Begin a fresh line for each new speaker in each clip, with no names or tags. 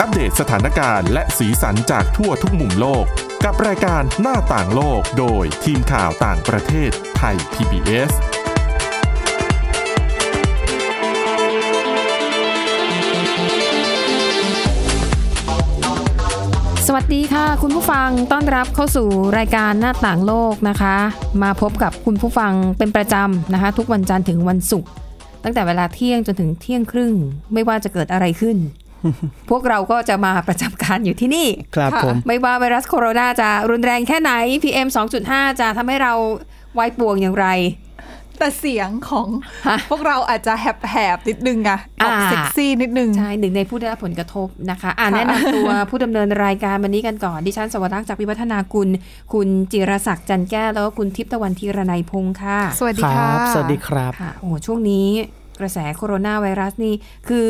อัปเดตสถานการณ์และสีสันจากทั่วทุกมุมโลก กับรายการหน้าต่างโลกโดยทีมข่าวต่างประเทศไทย PBS
สวัสดีค่ะ คุณผู้ฟังต้อนรับเข้าสู่รายการหน้าต่างโลกนะคะ มาพบกับคุณผู้ฟังเป็นประจำนะคะ ทุกวันจันทร์ถึงวันศุกร์ตั้งแต่เวลาเที่ยงจนถึงเที่ยงครึ่ง ไม่ว่าจะเกิดอะไรขึ้น พวกเราก็จะมาประจำการอยู่ที่นี่
ครับ
ะ
ผม
ไม่ว่าไวรัสโคโรนาจะรุนแรงแค่ไหน PM 2.5 จะทำให้เราวายป่วงอย่างไร
แต่เสียงของ
ฮะ
พวกเราอาจจะแหบๆนิดนึงอะออก
อ่า
เซ็กซี่นิดนึง
ใช่หนึ่งในผู้ได้รับผลกระทบนะคะอ่า
ค่ะ
แนะนำตัว ผู้ดำเนินรายการวันนี้กันก่อน ดิฉันสวรักษ์จากวิวัฒนากุล คุณจิรศักดิ์จันแก้วแล้วก็คุณทิพย์ตะวันธีรนัยพงค์ค่ะ
สวัสดี
ค
ค่ะ
รับ สวัสดีครับ
ค่ะโอ้โหช่วงนี้กระแสโคโรนาไวรัสนี่คือ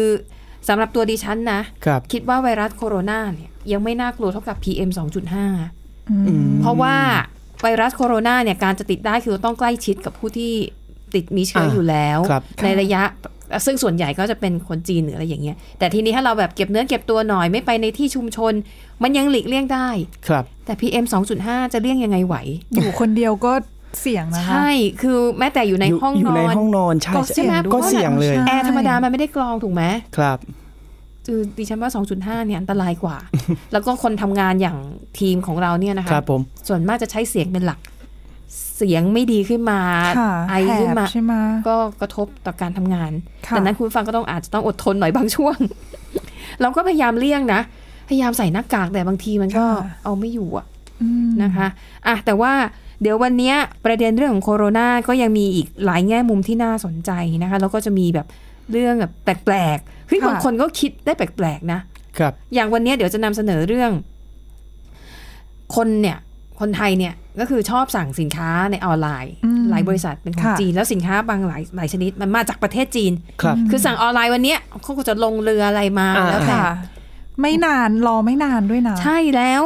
สำหรับตัวดิฉันนะ
ครับ
คิดว่าไวรัสโคโรนาเนี่ยยังไม่น่ากลัวเท่ากับ PM 2.5
อืม
เพราะว่าไวรัสโคโรนาเนี่ยการจะติดได้คือต้องใกล้ชิดกับผู้ที่ติดมีเชื้ออยู่แล้ว
ครับ
ในระยะซึ่งส่วนใหญ่ก็จะเป็นคนจีนหรืออะไรอย่างเงี้ยแต่ทีนี้ถ้าเราแบบเก็บเนื้อเก็บตัวหน่อยไม่ไปในที่ชุมชน มันยังหลีกเลี่ยงได้
ครับ
แต่ PM 2.5 จะเลี่ยงยังไงไหว
อยู่คนเดียวก็เสียงนะคะ
ใช่คือแม้แต่อยู่ใน
อยู่
ห้อง
อยู่
น
ใน
อน
ห้องนอน ใช่
ก็เสี่ยงด้วย
ก็เสี่ยงเลย
ใช่
แอร์ธรรมดามันไม่ได้กรองถูกไหม
ครับ
คือดิฉันว่า 2.5 เนี่ยอันตราย กว่า แล้วก็คนทำงานอย่างทีมของเราเนี่ยนะคะ
ครับผม
ส่วนมากจะใช้เสียงเป็นหลัก เสียงไม่ดีขึ้นมา
ค่ะ
ไอ
แห
ขึ้น
บ
มา
ใช่ไหม
ก็กระทบต่อการทำงาน
ค่ะ
ดังนั้นคุณผู้ฟังก็ต้องอาจจะต้องอดทนหน่อยบางช่วง เราก็พยายามเลี่ยงนะ พยายามใส่หน้ากากแต่บางทีมันก็เอาไม่อยู่อะ
อืม
นะคะอ่ะแต่ว่าเดี๋ยววันเนี้ยประเด็นเรื่องของโคโรนาก็ยังมีอีกหลายแง่มุมที่น่าสนใจนะคะ แล้วก็จะมีแบบเรื่องแบบแปลกๆเฮ้ย
ค่ะ
บางคนก็คิดได้แปลกๆนะ
ครับ
อย่างวันเนี้ยเดี๋ยวจะนำเสนอเรื่อง คนเนี่ยคนไทยเนี่ยก็คือชอบสั่งสินค้าในออนไลน์
อืม
หลายบริษัทเป็นของ
ค่ะ
จีน แล้วสินค้าบางหลายหลายชนิดมันมาจากประเทศจีน
ครับ
คือสั่งออนไลน์วันเนี้ยเขาก็จะลงเรืออะไรมา
อ่า
แล้วแต่
ค่ะ ไม่นานรอไม่นานด้วยนะ
ใช่แล้ว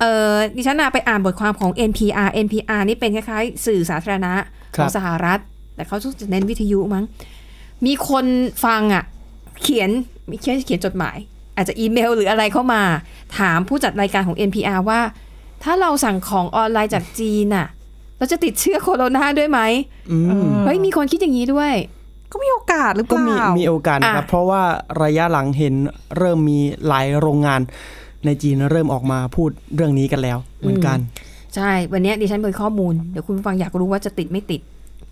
เออดิฉันน่ะไปอ่านบทความของ NPR NPR นี่เป็นคล้ายๆ สื่อสาธารณะ
ค
ข
รั
อบ งสหรัฐ แต่เขาจะเน้นวิทยุมั้ง มีคนฟังอ่ะ เขียนมีเขียนเขียนจดหมาย อาจจะอีเมลหรืออะไรเข้ามา ถามผู้จัดรายการของ NPR ว่า ถ้าเราสั่งของออนไลน์จากจีนน่ะ เราจะติดเชื้อโคโรนาด้วยไหม
อืม
เออ
เฮ้ยมีคนคิดอย่างนี้ด้วย
ก็มีโอกาสหรือเป
ก็
ล่า
มีมีโอกาสนะครับ
อ่ะ
เพราะว่าระยะหลังเห็นเริ่มมีหลายโรงงานในจีนเริ่มออกมาพูดเรื่องนี้กันแล้ว เหมือนกัน
ใช่ วันนี้ดิฉันเปิดข้อมูล เดี๋ยวคุณผู้ฟังอยากรู้ว่าจะติดไม่ติด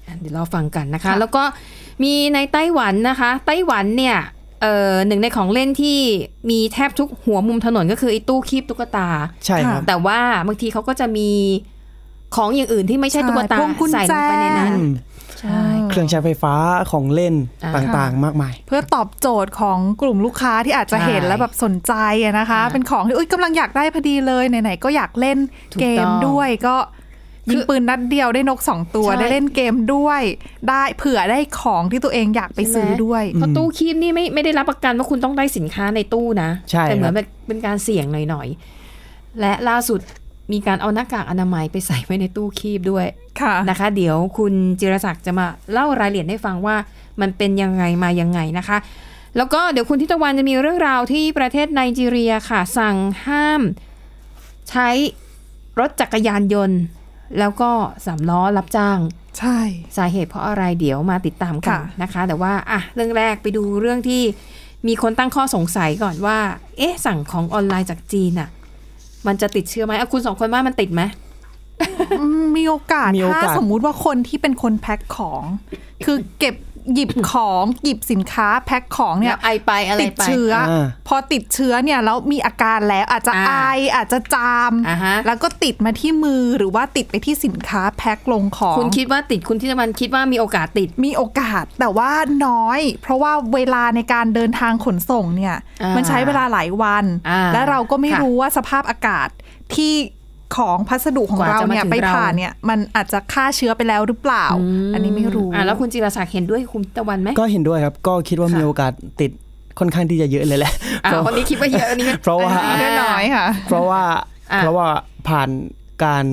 อ่ะเดี๋ยวเราฟังกันนะคะ แล้วก็มีในไต้หวันนะคะ ไต้หวันเนี่ยเอ่อหนึ่งในของเล่นที่มีแทบทุกหัวมุมถนนก็คือไอ้ตู้คีบตุ๊กตา
ใช่ครับ
แต่ว่าบางทีเขาก็จะมีของอย่างอื่นที่ไม่ใช่ตุ๊กตา
พวกุญ
ใส่ลงไปในนั้น
แจ
อืม
ใช่
เครื่องใช้ไฟฟ้าของเล่น
อ่า
ต่างๆ มากมาย
เพื่อตอบโจทย์ของกลุ่มลูกค้าที่อาจจะเห็น
ใช่
แล้วแบบสนใจอะนะคะ
ค่ะ
เป็นของที่อุ๊ยกำลังอยากได้พอดีเลยไหนๆก็อยากเล่น
ถูก
เก
ต้อ
ม
ง
ด้วยก็ยิงปืนนัดเดียวได้นกสองตัว
ใช่
ได้เล่นเกมด้วย ได้เผื่อได้ของที่ตัวเองอยากไปซื้อด้วย
เพราะตู้คีบนี่ไม่ไม่ได้รับประกันว่าคุณต้องได้สินค้าในตู้นะ
ใช่
แต่เหมือ
ครั
น
บ
แบบเป็นการเสี่ยงหน่อยๆและล่าสุดมีการเอาหน้ากากอนามัยไปใส่ไว้ในตู้คีบด้วย
ค่ะ
นะคะเดี๋ยวคุณจิรศักดิ์จะมาเล่ารายละเอียดให้ฟังว่ามันเป็นยังไงมายังไงนะคะ แล้วก็เดี๋ยวคุณทิตวันจะมีเรื่องราวที่ประเทศไนจีเรียค่ะ สั่งห้ามใช้รถจักรยานยนต์ แล้วก็สามล้อรับจ้าง
ใช่
สาเหตุเพราะอะไรเดี๋ยวมาติดตามกัน
ค่ะ
นะคะ แต่ว่าอ่ะเรื่องแรกไปดูเรื่องที่มีคนตั้งข้อสงสัยก่อนว่า เอ๊ะ สั่งของออนไลน์จากจีนอะมันจะติดเชื้อไหมอ่ะคุณสองคนว่ามันติดไหม
อืมมีโอกาส
มีโอกาส
ถ้าสมมุติว่าคนที่เป็นคนแพ็คของ คือเก็บหยิบของหยิบสินค้าแพ็คของเนี่ย
ไอไปอะไรไป
ติดเชื้ออา พอติดเชื้อเนี่ยแล้วมีอาการแล้วอาจจะ
อ่า
ไออาจจะจาม
อ่าฮะ
แล้วก็ติดมาที่มือหรือว่าติดไปที่สินค้าแพ็คลงของ
คุณคิดว่าติดคุณทิตวันคิดว่ามีโอกาสติด
มีโอกาสแต่ว่าน้อย เพราะว่าเวลาในการเดินทางขนส่งเนี่ย
อ่ามั
มันใช้เวลาหลายวัน
อ่า
และเราก็ไม่
ค่ะ
รู้ว่าสภาพอากาศที่ของพัสดุของ
กว่า
เรา
จะมา
เนี่ย
ถึง
ไป
เรา
ผ่านเนี่ย มันอาจจะฆ่าเชื้อไปแล้วหรือเปล่า อันนี้ไม่รู้
อ่ะแล้วคุณจิรศักดิ์เห็นด้วยคุณตะวันไหม
ก็เห็นด้วยครับ ก็คิดว่า
ค่ะ
มีโอกาสติดค่อนข้างที่จะเยอะเลยแหละ
อ่ะคนนี้คิดว่าเยอะอันนี้
เพราะว่า
อันนี้ก็น้อยค่ะ
เพราะว่า
อ่ะ
เพราะว่าผ่านการ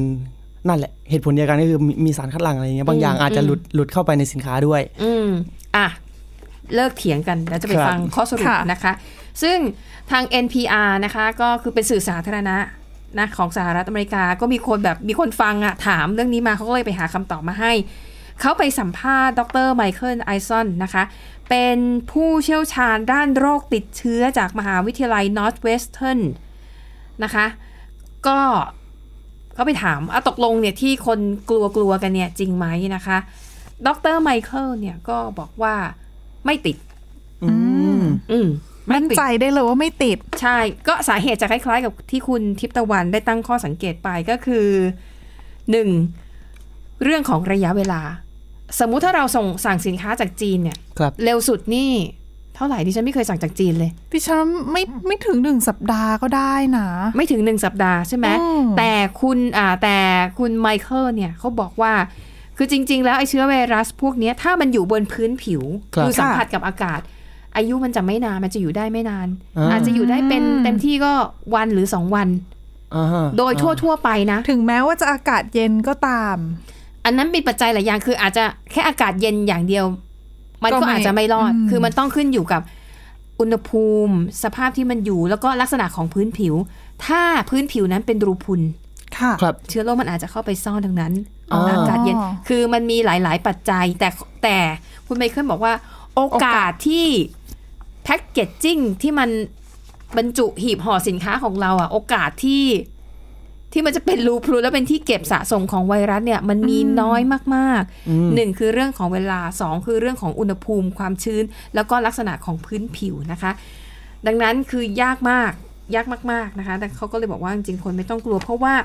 นั่นแหละ เหตุผลเดียวกันก็คือมีมีสารคัดหลั่งอะไรอย่างเงี้ยบางอย่างอาจจะ
อืม
หลุดหลุดเข้าไปในสินค้าด้วย
อืมอ่ะ เลิกเถียงกันแล้วจะไป
ครับ
ฟังข้อสรุป
ค่ะ
นะคะ ซึ่งทาง NPR นะคะก็คือเป็นสื่อสาธารณะนะของสหรัฐอเมริกาก็มีคนแบบมีคนฟังอะถามเรื่องนี้มาเขาก็เลยไปหาคำตอบมาให้ เขาไปสัมภาษณ์ดรไมเคิลไอซอนนะคะ เป็นผู้เชี่ยวชาญด้านโรคติดเชื้อจากมหาวิทยาลัย Northwestern นะคะ ก็ก็ไปถามอะตกลงเนี่ยที่คนกลัวกลัวๆกันเนี่ยจริงไหมนะคะ ดรไมเคิลเนี่ยก็บอกว่าไม่ติด
อืม
อืมไม่
มั่น
ติด
ใจได้เลยว่าไม่ติด
ใช่ ก็สาเหตุจะคล้ายๆ กับที่คุณทิพย์ตะวันได้ตั้งข้อสังเกตไปก็คือหนึ่งเรื่องของระยะเวลา สมมุติถ้าเราส่งสั่งสินค้าจากจีนเนี่ย
ครับ
เร็วสุดนี่ เท่าไหร่ดิฉันไม่เคยสั่งจากจีนเลย
ดิฉันไม่ไม่ถึงหนึ่งสัปดาห์ก็ได้นะ
ไม่ถึงหนึ่งสัปดาห์ใช่ไหม
อืม
แต่คุณอ่าแต่คุณไมเคิลเนี่ยเขาบอกว่า คือจริง ๆ แล้วไอเชื้อไวรัสพวกเนี้ยถ้ามันอยู่บนพื้นผิว
ครับ
อสัมผัสกับอากาศ อายุมันจะไม่นานมันจะอยู่ได้ไม่นาน
อ่า
อาจจะอยู่ได้เป็นเต็มที่ก็วันหรือสองวัน
อ่าฮะ
โดยทั่ว ๆ ไปนะ
ถึงแม้ว่าจะอากาศเย็นก็ตาม
อันนั้นมีปัจจัยหลายอย่างคืออาจจะแค่อากาศเย็นอย่างเดียว มัน
ก็
ก็
ไม่
อาจจะไม่รอด
อืม
คือมันต้องขึ้นอยู่กับอุณหภูมิ สภาพที่มันอยู่แล้วก็ลักษณะของพื้นผิว ถ้าพื้นผิวนั้นเป็นรูพุน
ค่ะ
ครับ
เชื้อโรคมันอาจจะเข้าไปซ่อนตรงนั้น
อ๋ออ
อากาศเย็น คือมันมีหลาย ๆ ปัจจัย แต่แต่คุณไมเคิลบอกว่า โอกาสที่แพ็กเกจจิ้งที่มันบรรจุหีบห่อสินค้าของเราอะโอกาสที่ที่มันจะเป็นรูพรุนแล้วเป็นที่เก็บสะสมของไวรัสเนี่ย มันมีน้อยมากๆหนึ่งคือเรื่องของเวลาสองคือเรื่องของอุณหภูมิความชื้น แล้วก็ลักษณะของพื้นผิวนะคะ ดังนั้นคือยากมากยากมากๆนะคะแต่เขาก็เลยบอกว่าจริงๆคนไม่ต้องกลัว เพราะว่า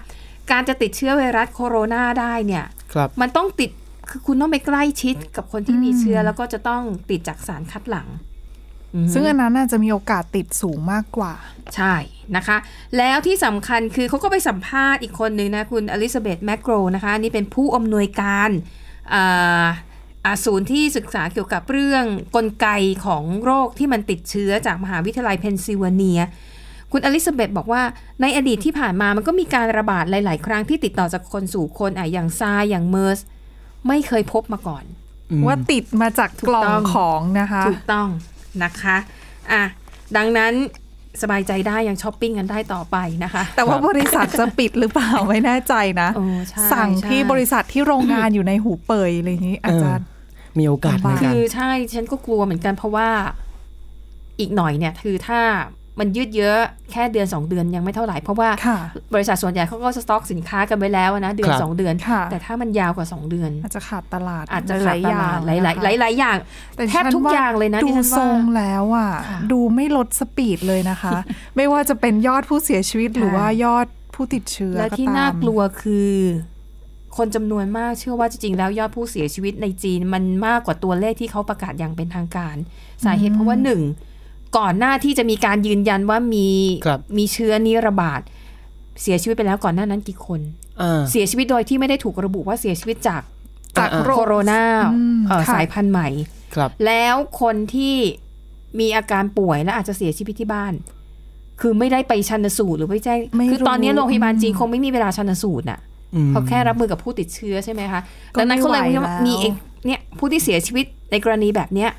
การจะติดเชื้อไวรัสโคโรนาได้เนี่ย
ครับ
มันต้องติดคือคุณต้องไปใกล้ชิดกับคนที่มีเชื้อ แล้วก็จะต้องติดจากสารคัดหลังอืม
ซึ่งอันนั้นน่าจะมีโอกาสติดสูงมากกว่า
ใช่นะคะ แล้วที่สำคัญคือเขาก็ไปสัมภาษณ์อีกคนนึงนะคุณอลิซาเบธแมกโกรนะคะอันนี่เป็นผู้อำนวยการอ่าอ่าศูนย์ที่ศึกษาเกี่ยวกับเรื่องกลไกของโรคที่มันติดเชื้อจากมหาวิทยาลัยเพนซิลเวเนีย คุณอลิซาเบธบอกว่าในอดีตที่ผ่านมามันก็มีการระบาดหลาย ๆ ครั้งที่ติดต่อจากคนสู่คนอ่ะอย่างซาร์อย่างเมอร์สไม่เคยพบมาก่อน
อืม
ว่าติดมาจาก
ถูก
กล่อง
ต้อง
ของนะคะ
ถูกต้องนะคะอ่ะดังนั้นสบายใจได้ยังช้อปปิ้งกันได้ต่อไปนะคะ
แต่ว่าบริษัทจะปิดหรือเปล่า ไม่แน่ใจนะ
โอ้ใช่
สั่ง
ใช่
ที่บริษัทที่โรงงานอยู่ในหูเปยอะไรอย่างนี้อาจารย์
มีโอกาสเหมือนกัน
คือใช่ฉันก็กลัวเหมือนกันเพราะว่าอีกหน่อยเนี่ยคือถ้ามันยืดเยอะแค่เดือน 2 เดือนยังไม่เท่าไหร่ เพราะว่า
ค่ะ
บริษัทส่วนใหญ่เขาก็สต็อกสินค้ากันไว้แล้วนะเดือน
ครับ
2 เดือน
ค่ะ
แต่ถ้ามันยาวกว่า 2 เดือน
อาจจะขาดตลาด
อาจจะขาดตลาดห
ๆนะคะ
ลายๆหลายๆอย่าง
แต่
แทบทุก
ฉันว่
อย่างเลยนะ
ดู
ดิฉันว่า
ทรงแล้วอ่ะ
ค่ะ
ดูไม่ลดสปีดเลยนะคะ ไม่ว่าจะเป็นยอดผู้เสียชีวิตหรือ
ค่ะ
ว่ายอดผู้ติดเชื้อ
และ
ก็
ที่
ตา
น่าม กลัวคือ คนจำนวนมากเชื่อว่าจริงๆ แล้วยอดผู้เสียชีวิตในจีนมันมากกว่าตัวเลขที่เขาประกาศอย่างเป็นทางการ สาเหตุเพราะว่าหนึ่งก่อนหน้าที่จะมีการยืนยันว่ามี
ครับ
มีเชื้อนี้ระบาด เสียชีวิตไปแล้วก่อนหน้านั้นกี่คน
อ่า
เสียชีวิตโดยที่ไม่ได้ถูกระบุว่าเสียชีวิตจาก
จากโรค
โคโรนา
อืม
เอ่อ
ค่ะ
สายพันธุ์ใหม่
ครับ
แล้วคนที่มีอาการป่วยและอาจจะเสียชีวิตที่บ้าน คือไม่ได้ไปชันสูตรหรือไปแจ้ง
ไม่
คือตอนนี้
รู้
โรงพยาบาลจีนคงไม่มีเวลาชันสูตรน่ะ
อืม
เขาแค่รับมือกับผู้ติดเชื้อใช่ไหมคะ
ก็
ดังนั้นเขาเลย
ไม่ไหว
ว่า
แล้ว
มีเอกเนี่ยผู้ที่เสียชีวิตในกรณีแบบเนี้ย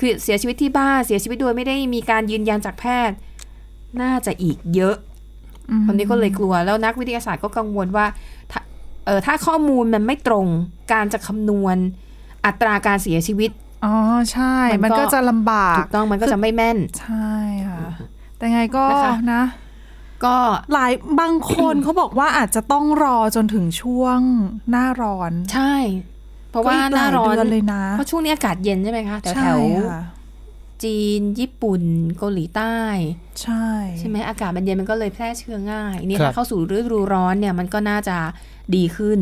คือเสียชีวิตที่บ้านเสียชีวิตโดยไม่ได้มีการยืนยันจากแพทย์ น่าจะอีกเยอะ
อืม
คนนี้ก็เลยกลัวแล้วนักวิทยาศาสตร์ก็กังวลว่าถ้าเออถ้าข้อมูลมันไม่ตรงการจะคำนวณอัตราการเสียชีวิต
อ๋อใช่
มั
มัน
นก็
ก็จะลำบาก
ถูกต้องมันก็จะไม่แม่น
ใช่ค่ะ แต่ไงก็
นะคะ
นะ
ก็
หลายบางคน เขาบอกว่าอาจจะต้องรอจนถึงช่วงหน้าร้อน
ใช่ เพราะว่าหน้าร้อน
ก็กลยเดืเลยนะ
เพราะช่วงนี้อากาศเย็นใช่ไหมคะแถวแถ
ใช่
ว
ค่ะ
จีน ญี่ปุ่นเกาหลีใต้
ใช่
ใช่ไหมอากาศมันเย็นมันก็เลยแพร่เชื้อง่ายเนี่ย
ครับ
ถ้าเข้าสู่ฤดูร้อนเนี่ยมันก็น่าจะดีขึ้น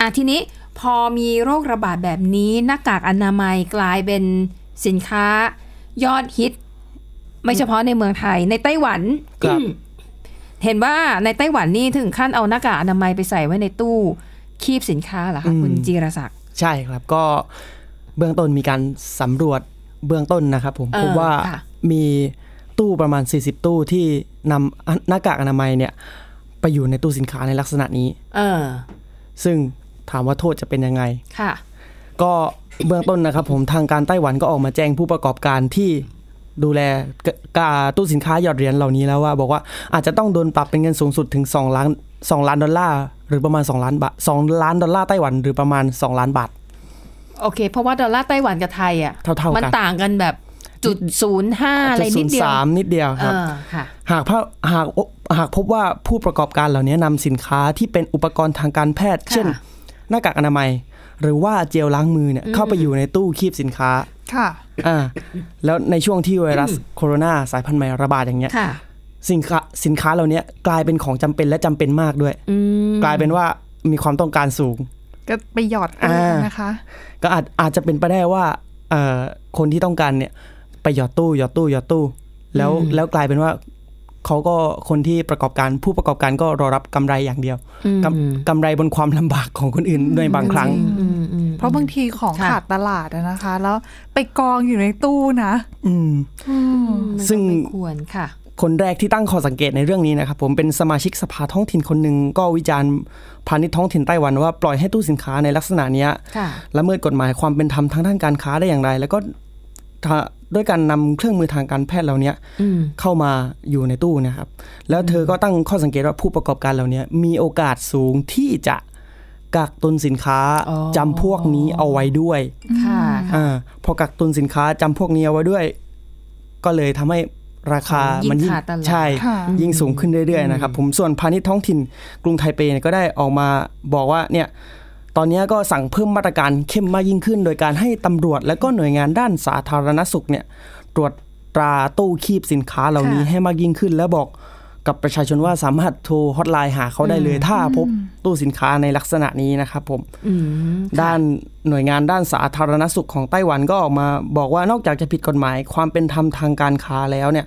อ่ะทีนี้พอมีโรคระบาดแบบนี้หน้ากากอนามัยกลายเป็นสินค้ายอดฮิต ไม่เฉพาะในเมืองไทยในไต้หวัน
ครับ
เห็นว่าในไต้หวันนี่ถึงขั้นเอาหน้ากากอนามัยไปใส่ไว้ในตู้คีบสินค้าเหรอคะคุณ
อืม
จีรศักดิ์
ใช่ครับก็เบื้องต้นมีการสำรวจเบื้องต้นนะครับผม
เออ
พบว่า
ค่ะ
มีตู้ประมาณ 40 ตู้ที่นำหน้ากากอนามัยเนี่ยไปอยู่ในตู้สินค้าในลักษณะนี้
เออ
ซึ่งถามว่าโทษจะเป็นยังไง
ค่ะ
ก็เบื้องต้นนะครับผมทางการไต้หวันก็ออกมาแจ้งผู้ประกอบการที่ ดูแลกกาตู้สินค้าหยอดเหรียญเหล่านี้แล้วว่า บอกว่าอาจจะต้องโดนปรับเป็นเงินสูงสุดถึง 2 ล้าน 2 ล้านดอลลาร์หรือประมาณ 2 ล้านบาท2ล้านดอลลาร์ไต้หวันหรือประมาณ 2 ล้านบาท
โอเค เพราะว่าดอลลาร์ไต้หวันกับไทยอ่ะ
เท่าๆกัน
มันต่างกันแบบจุดศูนย์ห้าอะไรนิดเดียว
สามนิดเดียว
เอ
ครับ
อค่ะ
หากพะหากหากพบว่าผู้ประกอบการเหล่านี้นำสินค้าที่เป็นอุปกรณ์ทางการแพทย์
ค่ะ
เช่น หน้ากากอนามัย หรือว่าเจลล้างมือเนี่ยเข้าไปอยู่ในตู้คีบสินค้า
ค่ะ
อ่าแล้วในช่วงที่ไวรัสโคโรนาสายพันธุ์ใหม่ระบาดอย่างเงี้ย
ค่ะ
สินค้าสินค้าเหล่านี้กลายเป็นของจำเป็นและจำเป็นมากด้วย
อืม
กลายเป็นว่ามีความต้องการสูง
ก็ไปหยอดตู้
อ่าน
นะคะ
ก็อาจอาจจะเป็นไปได้ว่าเอ่อคนที่ต้องการเนี่ยไปหยอดตู้หยอดตู้หยอดตู้ แล้วแล้วกลายเป็นว่าเขาก็คนที่ประกอบการผู้ประกอบการก็รอรับกำไรอย่างเดียว
อืม
กำกำไรบนความลำบากของคนอื่นด้วยบางครั้ง
อืมอืมอืม
เพราะบางทีของ
ค่ะ
ขาดตลาดอะนะคะ แล้วไปกองอยู่ในตู้นะ
อืม
อืม
มันก็
ซึ่ง
ไม่ควรค่ะ
คนแรกที่ตั้งข้อสังเกตในเรื่องนี้นะครับผมเป็นสมาชิกสภาท้องถิ่นคนหนึ่งก็วิจารณ์พาณิชย์ท้องถิ่นไต้หวันว่าปล่อยให้ตู้สินค้าในลักษณะเนี้ย
ค่ะ
ละเมิดกฎหมายความเป็นธรรมทางด้านการค้าได้อย่างไร แล้วก็ถ้าด้วยการนำเครื่องมือทางการแพทย์เหล่าเนี้ย
อืม
เข้ามาอยู่ในตู้นะครับ แล้วเธอก็ตั้งข้อสังเกตว่าผู้ประกอบการเหล่าเนี้ยมีโอกาสสูงที่จะกักตุนสินค้า
อ๋อ
จำพวกนี้เอาไว้ด้วย
ค่ะค่ะ
อ่าพอกักตุนสินค้าจำพวกนี้เอาไว้ด้วย ก็เลยทำให้ราคา
ของยิ่ง
มันยิ่ง
ขาดตลาด
ใช่
ค่ะ
ยิ่งสูงขึ้นเรื่อยๆนะครับผมส่วนพาณิชย์ท้องถิ่นกรุงไทเปเนี่ยก็ได้ออกมาบอกว่าเนี่ยตอนเนี้ยก็สั่งเพิ่มมาตรการเข้มมากยิ่งขึ้น โดยการให้ตำรวจและก็หน่วยงานด้านสาธารณสุขเนี่ยตรวจตราตู้คีบสินค้าเหล่านี้
ค่ะ
ให้มากยิ่งขึ้น และบอกกับประชาชนว่าสามารถโทรฮอตไลน์หาเขาได้เลย ถ้าพบตู้สินค้าในลักษณะนี้นะครับผม
อืม
ด้านหน่วยงานด้านสาธารณสุขของไต้หวันก็ออกมา บอกว่านอกจากจะผิดกฎหมายความเป็นธรรมทางการค้าแล้วเนี่ย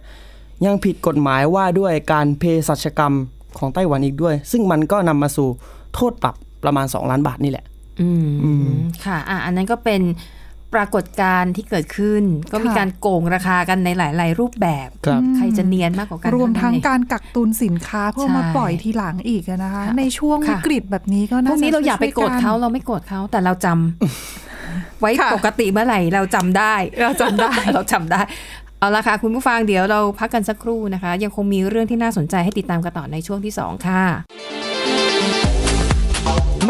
ยังผิดกฎหมายว่าด้วยการเภสัชกรรมของไต้หวันอีกด้วย ซึ่งมันก็นำมาสู่โทษปรับประมาณ 2 ล้านบาทนี่แหละ
อืมค่ะอ่ะ อันนั้นก็เป็นปรากฏการณ์ที่เกิดขึ้น ก็มี
ค่ะ
การโกงราคากันในหลาย ๆ รูปแบบ
ครับ
ใครจะเนียนมากกว่ากัน
รวมทั้ง
เท่านั้นเอ
การกักตุนสินค้าเพื่อมา
ใช่
ปล่อยทีหลังอีกอะนะคะ
ค่ะ
ในช่วง
ค่ะ
วิกฤตแบบนี้ก็
งพ
น่าว
กนี้
จะ
เราอย่าไปโกรธเขา
ช่วยน
เราไม่โกรธเขาแต่เราจำไว้
ค่ะ
ปกติเมื่อไหร่เราจำได้ เราจำได้ เราจำได้ เอาละค่ะ คุณผู้ฟังเดี๋ยวเราพักกันสักครู่นะคะ ยังคงมีเรื่องที่น่าสนใจให้ติดตามกันต่อในช่วงที่สองค่ะ
ห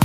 เพ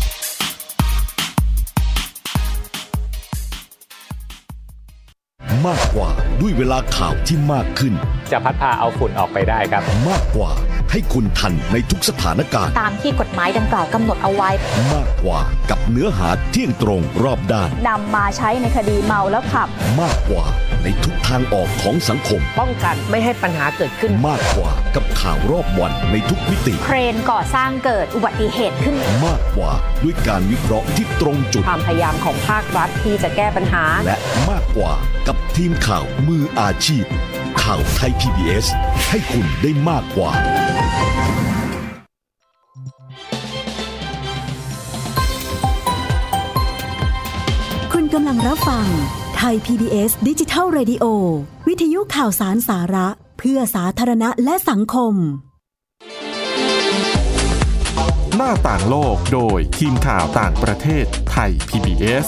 มากกว่าด้วยเวลาข่าวที่มากขึ้น
จะพัดพาเอาฝุ่นออกไปได้ครับ
มากกว่า ให้คุณทันในทุกสถานการณ์
ตามที่กฎหมายดังกล่าวกำหนดเอาไว้
มากกว่ากับเนื้อหาเที่ยงตรงรอบด้าน
นำมาใช้ในคดีเมาแล้วขับ
มากกว่าในทุกทางออกของสังคม
ป้องกันไม่ให้ปัญหาเกิดขึ้น
มากกว่ากับข่าวรอบวันในทุกมิติ
เครนก่อสร้างเกิดอุบัติเหตุขึ้น
มากกว่าด้วยการวิเคราะห์ที่ตรงจุด
ความพยายามของภาครัฐที่จะแก้ปัญหา
และมากกว่ากับทีมข่าวมืออาชีพ ข่าวไทย PBS ให้คุณได้มากกว่า
คุณกำลังรับฟังไทย PBS ดิจิทัล Radio วิทยุข่าวสารสาระ เพื่อสาธารณะและสังคม
หน้าต่างโลกโดยทีมข่าวต่างประเทศไทย PBS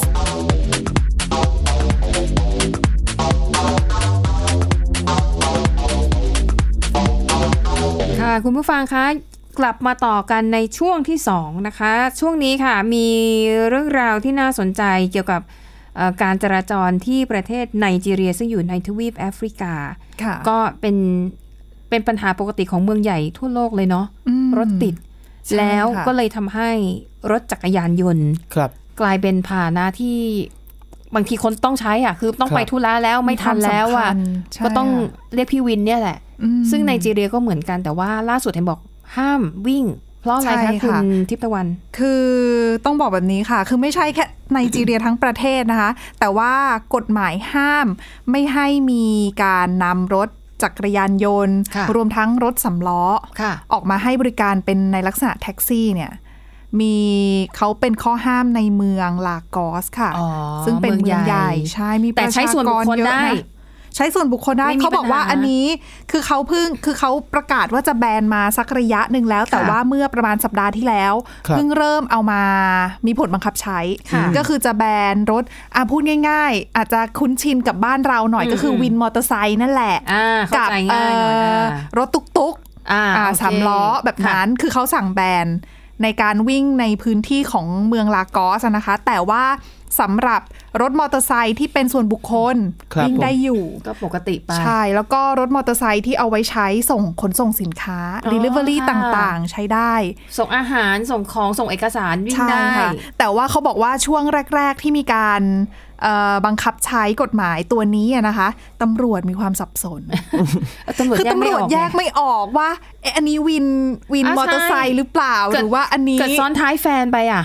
ค่ะคุณผู้ฟังคะกลับมาต่อกันในช่วงที่สองนะคะ ช่วงนี้ค่ะมีเรื่องราวที่น่าสนใจเกี่ยวกับเอ่อการจราจรที่ประเทศไนจีเรีย ซึ่งอยู่ในทวีปแอฟริกา
ค่ะ
ก็เป็นเป็นปัญหาปกติของเมืองใหญ่ทั่วโลกเลยเนาะ
อืม
รถติด
ใช่
แล้ว
ค่ะ
ก็เลยทำให้รถจักรยานยนต์
ครับ
กลายเป็นพาหนะที่บางทีคนต้องใช้อ่ะคือต้อง
ครับ
ไปธุระแล้วไม่ทันแล้วอ่ะ
มีความสำคัญใช่
ก็ต้อง
ค่ะ
เรียกพี่วินเนี่ยแหละ
อืม
ซึ่งไนจีเรียก็เหมือนกันแต่ว่าล่าสุดเห็นบอกห้ามวิ่ง เพราะอะไร
ใช่
คะคุ
ค่ะ
ณทิพย์ตะวัน
คือต้องบอกแบบนี้ค่ะ คือไม่ใช่แค่ไนจีเรียทั้งประเทศนะคะ แต่ว่ากฎหมายห้ามไม่ให้มีการนำรถจักรยานยนต์
ค่ะ
รวมทั้งรถสำล้อ
ค่ะ
ออกมาให้บริการเป็นในลักษณะแท็กซี่เนี่ยมีเขาเป็นข้อห้ามในเมืองลากอสค่ะ
อ๋อ
ซึ่งเป็นเมือง
เมืองให
ให
ญ่
ญ่ใช่มีป
แต่
ระ
ใช้
ชา
ส่วน
ก
บุค
ร
คล
เยอะ
ได้
นะใช้ส่วนบุคคลได้
ไม่มี
เขาบอกว่า
ปัญหา
อันนี้คือเขาเพิ่งคือเขาประกาศว่าจะแบนมาสักระยะหนึ่งแล้ว แต่
ค่ะ
ว่าเมื่อประมาณสัปดาห์ที่แล้ว
ครับ
เพิ่งเริ่มเอามามีผลบังคับใช้
ค่ะ
ก็คือจะแบนรถอ่ะพูดง่าย ๆ อาจจะคุ้นชินกับบ้านเราหน่อย
อืม
ก็คืออ
ม
วินมอเตอร์ไซค์นั่นแหละ
อ่าเข้า
กับ
ใจง่ายหน่อย
เอ่อ
นะ
รถตุกๆ
อ่า
อ่า
โเค
สามล้อแบบนั้น
ค่ะ
คือเขาสั่งแบนในการวิ่งในพื้นที่ของเมืองลากอสอะนะคะ แต่ว่าสำหรับรถมอเตอร์ไซค์ที่เป็นส่วนบุคคล
ครับ
วิ่ง
ผม
ได้อยู่
ก็ปกติไป
ใช่ แล้วก็รถมอเตอร์ไซค์ที่เอาไว้ใช้ส่งขนส่งสินค้า
อ๋อ
Delivery
ค่ะ
ต่างๆ ใช้ได้
ส่งอาหารส่งของส่งเอกสารวิ่ง
ใช่
ได้
ค่ะแต่ว่าเขาบอกว่าช่วงแรก ๆ ที่มีการเอ่อบังคับใช้กฎหมายตัวนี้อะนะคะตำรวจมีความสับสน
ตำรวจ
คือ
แยก
ตำร
ไม่อ
วจ
อก
แย
ไง
กไม่ออกว่าเอ๊ะอันนี้วินวิน
อ่ะ
มอเตอร์ไซ
ใช่
ค์หรือเปล่าหรือว่าอันนี้
เกิดซ้อนท้ายแฟนไปอ่ะ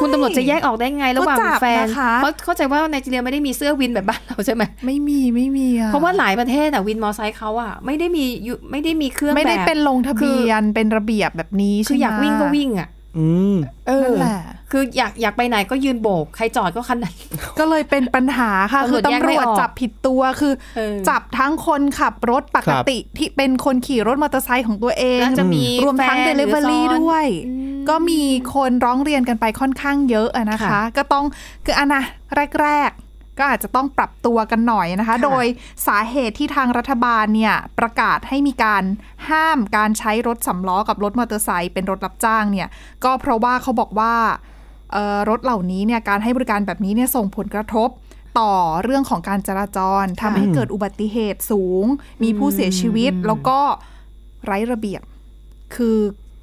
คุณตำรวจจะแยกออกได้ไงระหว่าง
ก็จับ
แฟน
นะคะ
เพราะเข้าใจว่าไนจีเรียไม่ได้มีเสื้อวินแบบบ้านเราใช่ไหม
ไม่มีไม่มีอ
เพราะว่าหลายประเทศอะวินมอไซค์เขาอะไม่ได้มียุไม่ได้มีเครื่องแบบ
ไม่ได้เป็นลงทะเบียนเป็นระเบียบแบบนี้
คือ
ใช่ไหม
อยากวิ่งก็วิ่งอะ
อืม
เออ
นั่นแหละ
คืออยากอยากไปไหนก็ยืนโบก ใครจอดก็คันนั้น
ก็เลยเป็นปัญหาค่ะ คือ
ตำรวจแยก
ตำร
ไม่
ว
อ
จ
อก
จับผิดตัวคือ
เออ
จับทั้งคนขับรถปกติที่เป็นคนขี่รถมอเตอร์ไซค์ของตัวเอง
แล้วจะมี
รวมทั้ง
แฟนหอ
Delivery
ซ้อน
ด้วย
อืม
ก็มีคนร้องเรียนกันไปค่อนข้างเยอะอะนะคะ
ค่ะ
ก็ต้องคืออันนะแรก ๆ ก็อาจจะต้องปรับตัวกันหน่อยนะคะ โดยสาเหตุที่ทางรัฐบาลเนี่ยประกาศให้มีการห้ามการใช้รถสำล้อกับรถมอเตอร์ไซค์เป็นรถรับจ้างเนี่ยก็เพราะว่าเขาบอกว่าเอ่อรถเหล่านี้เนี่ยการให้บริการแบบนี้เนี่ยส่งผลกระทบต่อเรื่องของการจราจรทำให้เกิดอุบัติเหตุสูง มีผู้เสียชีวิตแล้วก็ไร้ระเบียบ คือ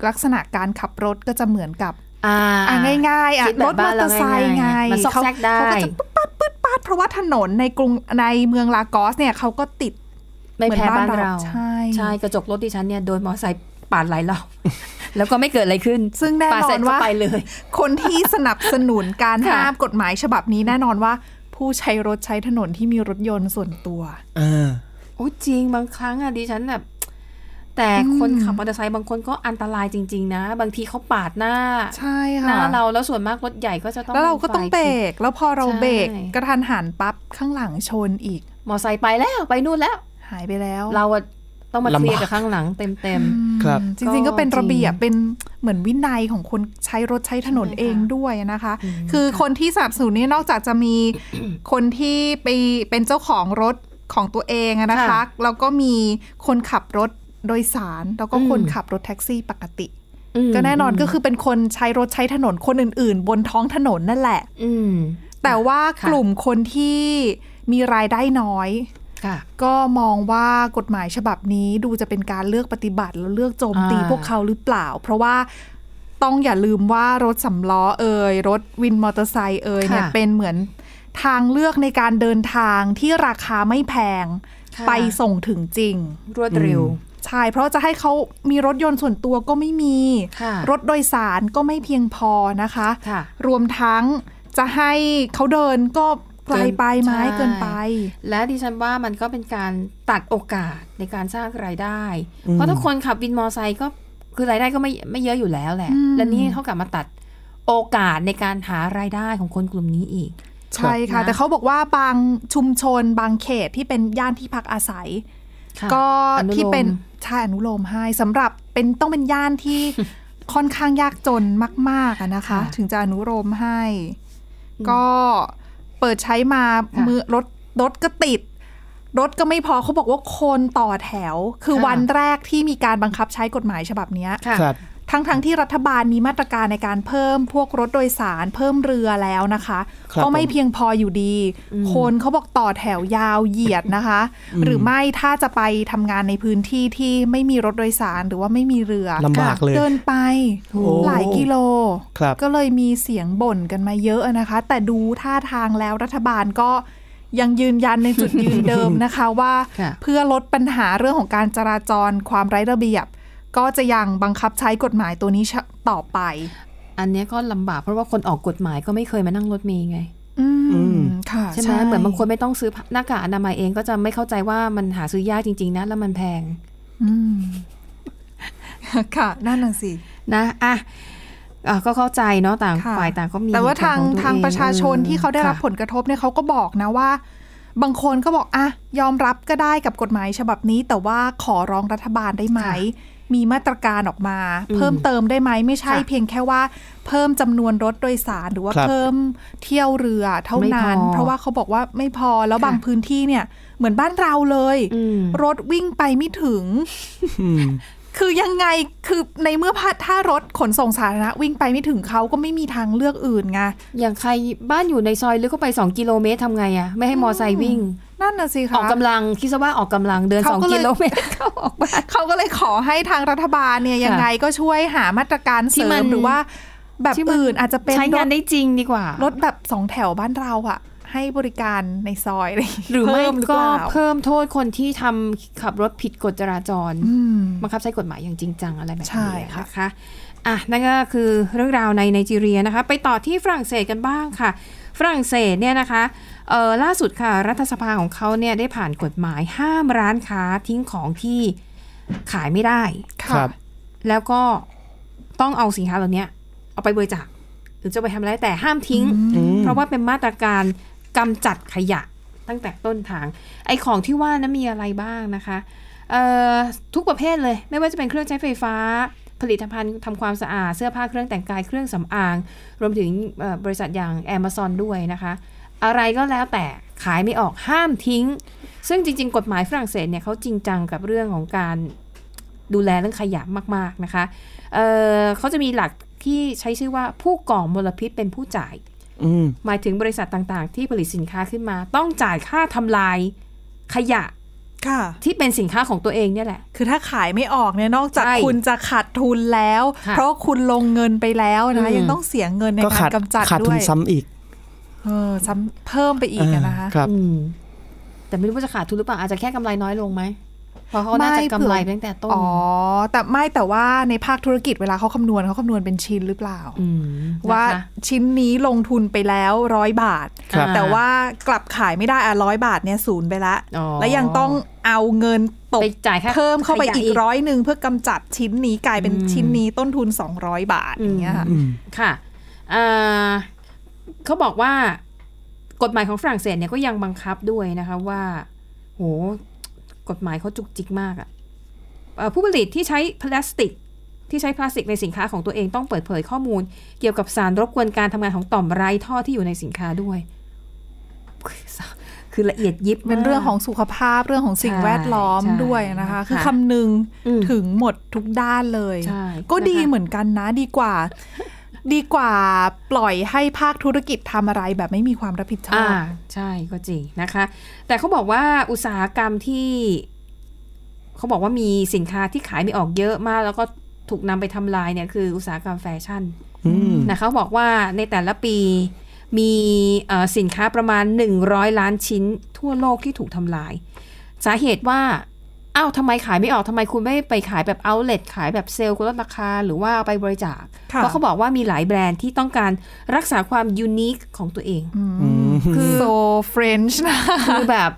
ลักษณะการขับรถก็จะเหมือนกับ
อ่า
อ่ะง่ายๆอ่ะ
คิดแบ
ร
บ
ถม
บ้า
อน เตอร์ไซค์ไง
เราง่ายๆมันซอก
เขา
แซกได้
เขาก็จะปึ๊ดปัดปึ๊ดปัดเพราะว่าถนนในกรุงในเมืองลากอสเนี่ยเขาก็ติด
ไม่แพ้บ้านเรา
ใช่
กระจกรถดิฉันเนี่ยโดนมอไซค์ปาดหลายร อบ แล้วก็ไม่เกิดอะไรขึ้น
ซึ่งแน่
ปาด
นอ
เสร็จ
น
ก็
ว่า
ไปเลย
คนที่สนับสนุนการ
ค่ะ
ห้ามกฎหมายฉบับนี้แน่นอนว่า ผู้ใช้รถใช้ถนนที่มีรถยนต์ส่วนตัว
อ่า
โอ้จริงบางครั้งอะดิฉันแบบแต่คนขับมอเตอร์ไซค์บางคนก็อันตรายจริง ๆ นะ บางทีเขาปาดหน้า
ใช่
หน้า
ค่ะ
เราแล้วส่วนมากรถใหญ่ก็จะต้อง
แล้วเราก็ต้องเบร
ป็นฝ่ายผิด
กแล้วพอเรา
ใช่
เบรกกระทันหันปั๊บข้างหลังชนอีก
มอไซค์ไปแล้วไปนู่นแล้ว
หายไปแล้ว
เราอะต้องมาเคลียร์
ลำบาก
กับข้างหลังเต็ม
ครับ
จริงๆ
ก็
ก็เป็นระเบียบ
จริง
เป็นเหมือนวินัยของคนใช้รถใช้ถนน
ใช่ไหมคะ
เองด้วยนะคะ
อืม
คือคนที่สนับสนุนนี่นอกจากจะมี คนที่ไปเป็นเจ้าของรถของตัวเองอะนะคะ
ค่ะ
แล้วก็มีคนขับรถโดยสาร แล้วก็
อืม
คนขับรถแท็กซี่ปกติ
ๆม
ก็แน่นอนก็คือเป็นคนใช้รถใช้ถนนคนอื่น ๆ บนท้องถนนนั่นแหละ
อืม
แต่ว่า
ค่ะ
กลุ่มคนที่มีรายได้น้อย
ค่ะ
ก็มองว่ากฎหมายฉบับนี้ดูจะเป็นการเลือกปฏิบัติ แล้วเลือกโจมตี
อ่า
พวกเขาหรือเปล่า เพราะว่าต้องอย่าลืมว่ารถสำล้อเอ่ยรถวินมอเตอร์ไซค์เอ่ยเนี่ย
ค่ะ
เป็นเหมือนทางเลือกในการเดินทางที่ราคาไม่แพง
ค่ะ
ไปส่งถึงจริง
รวดเร็ว
ใช่ เพราะจะให้เขามีรถยนต์ส่วนตัวก็ไม่มี
ค่ะ
รถโดยสารก็ไม่เพียงพอนะคะ
ค่ะ
รวมทั้งจะให้เขาเดินก็ไกลไปไหม
ใช่
เกินไป
และดิฉันว่ามันก็เป็นการตัดโอกาสในการสร้างรายได้ เพราะถ้าคนขับวินมอไซค์ก็คือรายได้ก็ไม่ไม่เยอะอยู่แล้วแหละ
อืม
และนี่เท่ากับมาตัดโอกาสในการหารายได้ของคนกลุ่มนี้อีก
ใช่ค่ะ
นะ
แต่เขาบอกว่าบางชุมชนบางเขตที่เป็นย่านที่พักอาศัย
ค่ะ
ก็
อโลม
ที่เป็นใช่อนุโลมให้สำหรับเป็นต้องเป็นย่านที่ ค่อนข้างยากจนมากๆอะนะคะ
ค่ะ
ถึงจะอนุโลมให้ ก็เปิดใช้มา
ค่ะ
มือรถรถก็ติด รถก็ไม่พอเขาบอกว่าคนต่อแถว คือ
ค่ะ
วันแรกที่มีการบังคับใช้กฎหมายฉบับเนี้ย
ค่ะ
ครับ
ทั้งๆทที่รัฐบาลมีมาตรการในการเพิ่มพวกรถโดยสารเพิ่มเรือแล้วนะคะ
ครับ
ก็ไม่
ผม
เพียงพออยู่ดี คนเขาบอกต่อแถวยาวเหยียดนะคะ หรือไม่ถ้าจะไปทำงานในพื้นที่ที่ไม่มีรถโดยสารหรือว่าไม่มีเรือ
ลำบากเลย
เดินไป
โอ้
หลายกิโล
ครับ
ก็เลยมีเสียงบ่นกันมาเยอะนะคะ แต่ดูท่าทางแล้วรัฐบาลก็ยังยืนยันในจุดยืนเดิมนะคะว่า
ค่ะ
เพื่อลดปัญหาเรื่องของการจราจรความไร้ระเบียบ ก็จะยังบังคับใช้กฎหมายตัวนี้ต่อไป
อันเนี้ยก็ลำบากเพราะว่าคนออกกฎหมายก็ไม่เคยมานั่งรถเมย์ไง
อืมค่ะ
ใช่ไหมเหมือนบางคนไม่ต้องซื้อหน้ากากอนามัยเองก็จะไม่เข้าใจว่ามันหาซื้อยากจริง ๆ นะ แล้วมันแพง
อืม ค่ะนั่นน่ะสิ
นะอ่ะอ่ะก็เข้าใจเนาะต่าง
ค่ะ
ฝ่ายต่างก็มี
แต่ว่าทาง
ขอว
ทาง
เอ
ประชาชน
ออ
ที่เขาได้รับ
ค่ะ
ผลกระทบเนี่ยเขาก็บอกนะว่า บางคนก็บอกอ่ะยอมรับก็ได้กับกฎหมายฉบับนี้ แต่ว่าขอร้องรัฐบาลได้ไหม
ค่ะ
มีมาตรการออกมา เพิ่มเติมได้ไหมไม่ใช่
ค่ะ
เพียงแค่ว่า เพิ่มจำนวนรถโดยสารหรือว่า
ครับ
เพิ่มเที่ยวเรือเท่านั้น
ไม่พอ
เพราะว่าเขาบอกว่าไม่พอแล้ว
ค่ะ
บางพื้นที่เนี่ยเหมือนบ้านเราเลย
อืม
รถวิ่งไปไม่ถึง
อืม
คือยังไงคือในเมื่อพาถ้ารถขนส่งสาธารณะวิ่งไปไม่ถึงเขาก็ไม่มีทางเลือกอื่นไง
อย่างใครบ้านอยู่ในซอยลึกเข้าไป 2 กิโลเมตรทำไงอะไม่ให้มอไซค์วิ่ง
นั่นน่ะสิ
อ
คะ
อกกำลังคิดซะว่าออกกำลังเดิน
เขาก็
2
เลย
กิโลเมตรเข้าออกบ้าน
เขาก็เลยขอให้ทางรัฐบาลเนี่ยยังไงก็ช่วยหามาตรการเส
ที่
ริ
มั
ม
น
หรือว่า แบบอื่นอาจจะเป็นรง
ใช้าน
ถ
ได้จริงดีกว่าร
ถแบบสองแถวบ้านเราอะให้บริการในซอยะไย่างเงี้ย
หรือไม่
เพิ่ห
ก็
เปล่า
เพิ่มโทษคนที่ทำขับรถผิดกฎจราจร
อืม
บังคับใช้กฎหมายอย่างจริงจังอะไรแบบ
ใช่
นี้
ค่ะ
นะคะอ่ะนั่นก็คือเรื่องราวในไนจีเรียนะคะ ไปต่อที่ฝรั่งเศสกันบ้างค่ะ ฝรั่งเศสเนี่ยนะคะเอ่อล่าสุดค่ะ รัฐสภาของเขาเนี่ยได้ผ่านกฎหมายห้ามร้านค้าทิ้งของที่ขายไม่ได้
ครั
ค่ะ
บ
แล้วก็ต้องเอาสินค้าเหล่านี้เอาไปบริจาคหรือจะไปทำอะไรแต่ห้ามทิ้ง เพราะว่าเป็นมาตรการกำจัดขยะตั้งแต่ต้นทาง ไอของที่ว่านั้นมีอะไรบ้างนะคะเอ่อทุกประเภทเลยไม่ว่าจะเป็นเครื่องใช้ไฟฟ้า ผลิตภัณฑ์ทำความสะอาด เสื้อผ้าเครื่องแต่งกายเครื่องสำอาง รวมถึงเอ่อบริษัทอย่าง Amazon ด้วยนะคะ อะไรก็แล้วแต่ขายไม่ออกห้ามทิ้ง ซึ่งจริง ๆ กฎหมายฝรั่งเศสเนี่ยเขาจริงจังกับเรื่องของการ ดูแลเรื่องขยะมาก ๆ นะคะ เอ่อเขาจะมีหลักที่ใช้ชื่อว่าผู้ก่อมลพิษเป็นผู้จ่าย
อืม
หมายถึงบริษัทต่างๆ ที่ผลิตสินค้าขึ้นมา ต้องจ่ายค่าทำลายขยะ
ค่ะ
ที่เป็นสินค้าของตัวเองเนี่ยแหละ
คือถ้าขายไม่ออกเนี่ยนอกจาก
ใช่
คุณจะขาดทุนแล้ว
ค่ะ
เพราะคุณลงเงินไปแล้วนะ
อืม
ยังต้องเสียเงินใน
ก็
กา
ขาด
รกำจัด
ขาด
ด้
ทุ
วน ย
ซ้ำอีก
เออซ้ำเพิ่มไปอีกอะนะคะ
ครับ
อืมแต่ไม่รู้ว่าจะขาดทุนหรือเปล่า อาจจะแค่กำไรน้อยลงไหมเพราะเขาน่าจะ
ไม่เผื่อ
กำไรตั้งแต่ต้น
อ๋อ แต่ไม่แต่ว่าในภาคธุรกิจเวลาเขาคำนวณเขาคำนวณเป็นชิ้นหรือเปล่า
ม
ว่า
นะคะ
ชิ้นนี้ลงทุนไปแล้วร้อยบาท
ครับ
แต่ว่ากลับขายไม่ได้อะร้อยบาทเนี่ยศูนย์ไปละ
อ๋อ
แล้วยังต้องเอาเงินตก
ไปจ่ายค่า
เพิ่มเข้าไป
ขยะ
อีกร้อยหนึ่งเพื่อกำจัดชิ้นนี้กลายเป็นชิ้นนี้ต้นทุน 200 บาทอย่างเงี้ยค่ะ
อืม ค่ะเอ่อเขาบอกว่ากฎหมายของฝรั่งเศสเนี่ยก็ยังบังคับด้วยนะคะว่า โห กฎหมายเขาจุกจิกมากอะเอ่ะผู้ผลิตที่ใช้พลาสติก ที่ใช้พลาสติกในสินค้าของตัวเองต้องเปิดเผยข้อมูล เกี่ยวกับสารรบกวนการทำงานของต่อมไรท่อที่อยู่ในสินค้าด้วย คือละเอียดยิบมาก
เป็นเรื่องของสุขภาพเรื่องของสิ่ง
ใช่
แวดล้อม
ใช่
ด้วยนะคะ
นะคะ
คือคำนึง
อืม
ถึงหมดทุกด้านเลย
ใช่
ก็ดี
นะคะ
เหมือนกันนะดีกว่า ดีกว่าปล่อยให้ภาคธุรกิจทำอะไรแบบไม่มีความรับผิดชอ
อ่า
บ
ใช่ก็จริงนะคะ แต่เขาบอกว่าอุตสาหกรรมที่เขาบอกว่ามีสินค้าที่ขายไม่ออกเยอะมาก แล้วก็ถูกนำไปทำลายเนี่ยคืออุตสาหกรรมแฟชั่น
อืม
นะเขาบอกว่าในแต่ละปีมีเอ่อสินค้าประมาณ 100 ล้านชิ้นทั่วโลกที่ถูกทำลาย สาเหตุว่าอ้าวทำไมขายไม่ออกทำไมคุณไม่ไปขายแบบเอาเล t ขายแบบเซลล์ลดราคา หรือว่าเอาไปบริจาค
ค่ะ
เพราะเขาบอกว่ามีหลายแบรนด์ที่ต้องการรักษาความยูนิคของตัวเอง
อืม
คือ so French นะ
คือแบบ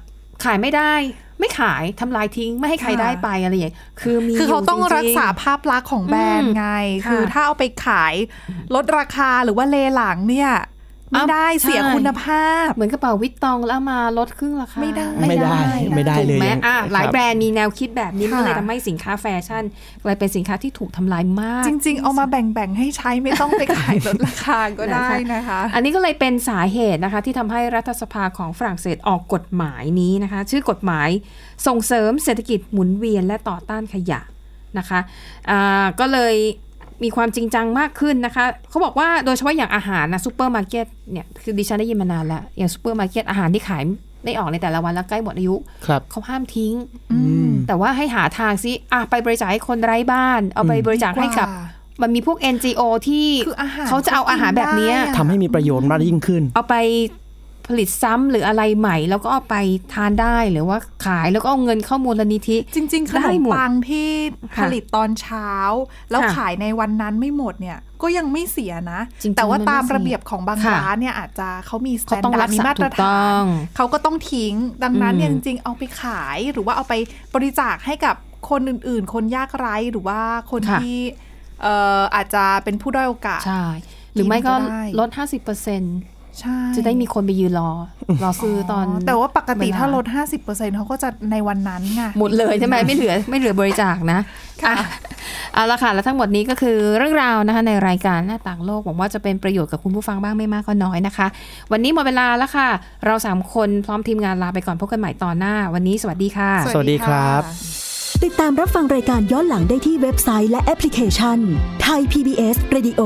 ขายไม่ได้ไม่ขายทำลายทิ้งไม่ให้ใคร
ค่ะ
ได้ไปอะไรอย่างเงี้ยคือมี
คือเขา
ยู่
ต้อง
จๆ
รักษาภาพลักษณ์ของแบรนด์ไง
ค่ะ
คือถ้าเอาไปขายลดราคาหรือว่าเลหลังเนี่ยไม่
อ้าว
ได้เสีย
ใช่
คุณภาพ
เหมือนกระเป๋าวิตตองแล้วเอามาลดครึ่งราคา
ไม่ได้
ไม่ได้ไม่ได้
ถูก
เลย
ไหมอ่ะ
ครับ
หลายแบรนด์มีแนวคิดแบบนี้
ค่ะ
ก็เลยทำให้สินค้าแฟชั่นกลายเป็นสินค้าที่ถูกทำลายมาก
จริง ๆ เอามาแบ่ง ๆ ให้ใช้ไม่ต้องไปขายลดราคาก็ได้นะคะ
อันนี้ก็เลยเป็นสาเหตุนะคะที่ทำให้รัฐสภาของฝรั่งเศสออกกฎหมายนี้นะคะ ชื่อกฎหมายส่งเสริมเศรษฐกิจหมุนเวียนและต่อต้านขยะนะคะอ่าก็เลยมีความจริงจังมากขึ้นนะคะเขาบอกว่าโดยเฉพาะอย่างอาหารนะซูเปอร์มาร์เก็ตเนี่ยคือดิฉันได้ยินมานานแล้ว อย่างซูเปอร์มาร์เก็ตอาหารที่ขายไม่ออกในแต่ละวันแล้วใกล้หมดอายุ
ครับ
เขาห้ามทิ้ง
อืม
แต่ว่าให้หาทางซิอ่ะไปบริจาคให้คนไร้บ้าน เอาไปบริจาคให้กับมันมีพวก NGO ที่
คืออาหาร
เขาจะเอาอาหารแบบเนี้ย
เขากินได้อะ
ทำให้มีประโยชน์มากยิ่งขึ้น
เอาไปผลิตซ้ำหรืออะไรใหม่ แล้วก็เอาไปทานได้หรือว่าขายแล้วก็เอาเงินเข้ามูลนิธิ
จริง ๆ ข
ได้
นม
หมด
ปังที่ผ
ค่ะ
ลิตตอนเช้า แล้ว
ค่ะ
ขายในวันนั้นไม่หมดเนี่ย ก็ยังไม่เสียนะ
จริงๆ
แต่ว่า
มันไม่
ตาม
เสีย
ระเบียบของบาง
ค่ะ
ร้านเนี่ยอาจจะเขามีสแต
เขา
น
ต้อง
ดา
รั
ร์
ก
ดมี
ษา
มาตร
ถูกต้
ฐา
อน ง
เขาก็ต้องทิ้ง ดังนั้นเนี่ย
อืม
จริง ๆ เอาไปขายหรือว่าเอาไปบริจาคให้กับคนอื่นๆ คนยากไร้หรือว่าคนที่เอ่ออาจจะเป็นผู้ด้อยโอกาส
ใช่ หรือไม่ก็
กินก็ได้
ลด 50%
ใช่
จะได้มีคนไปยืนร อ รอซื้อตอน
แต่ว่าปกติถ้าลด
เว
50%เขาก็จะในวันนั้นไง
ลาหมดเลยใช่ไหมไม่เหลือไม่เหลือบริจาคนะ
ค่ะ
อ่เอาละค่ะ แล้วทั้งหมดนี้ก็คือเรื่องราวนะคะในรายการหน้าต่างโลกหวังว่าจะเป็นประโยชน์กับคุณผู้ฟังบ้างไม่มากก็น้อยนะคะ วันนี้หมดเวลาแล้วค่ะ เราสามคนพร้อมทีมงานลาไปก่อนพบกันใหม่ตอนหน้า วันนี้สวัสดีค่ะ
สวัสดีครับ
ค่ะ
ติดตามรับฟังรายการย้อนหลังได้ที่เว็บไซต์และแอปพลิเคชันไทย PBS Radio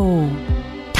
ไ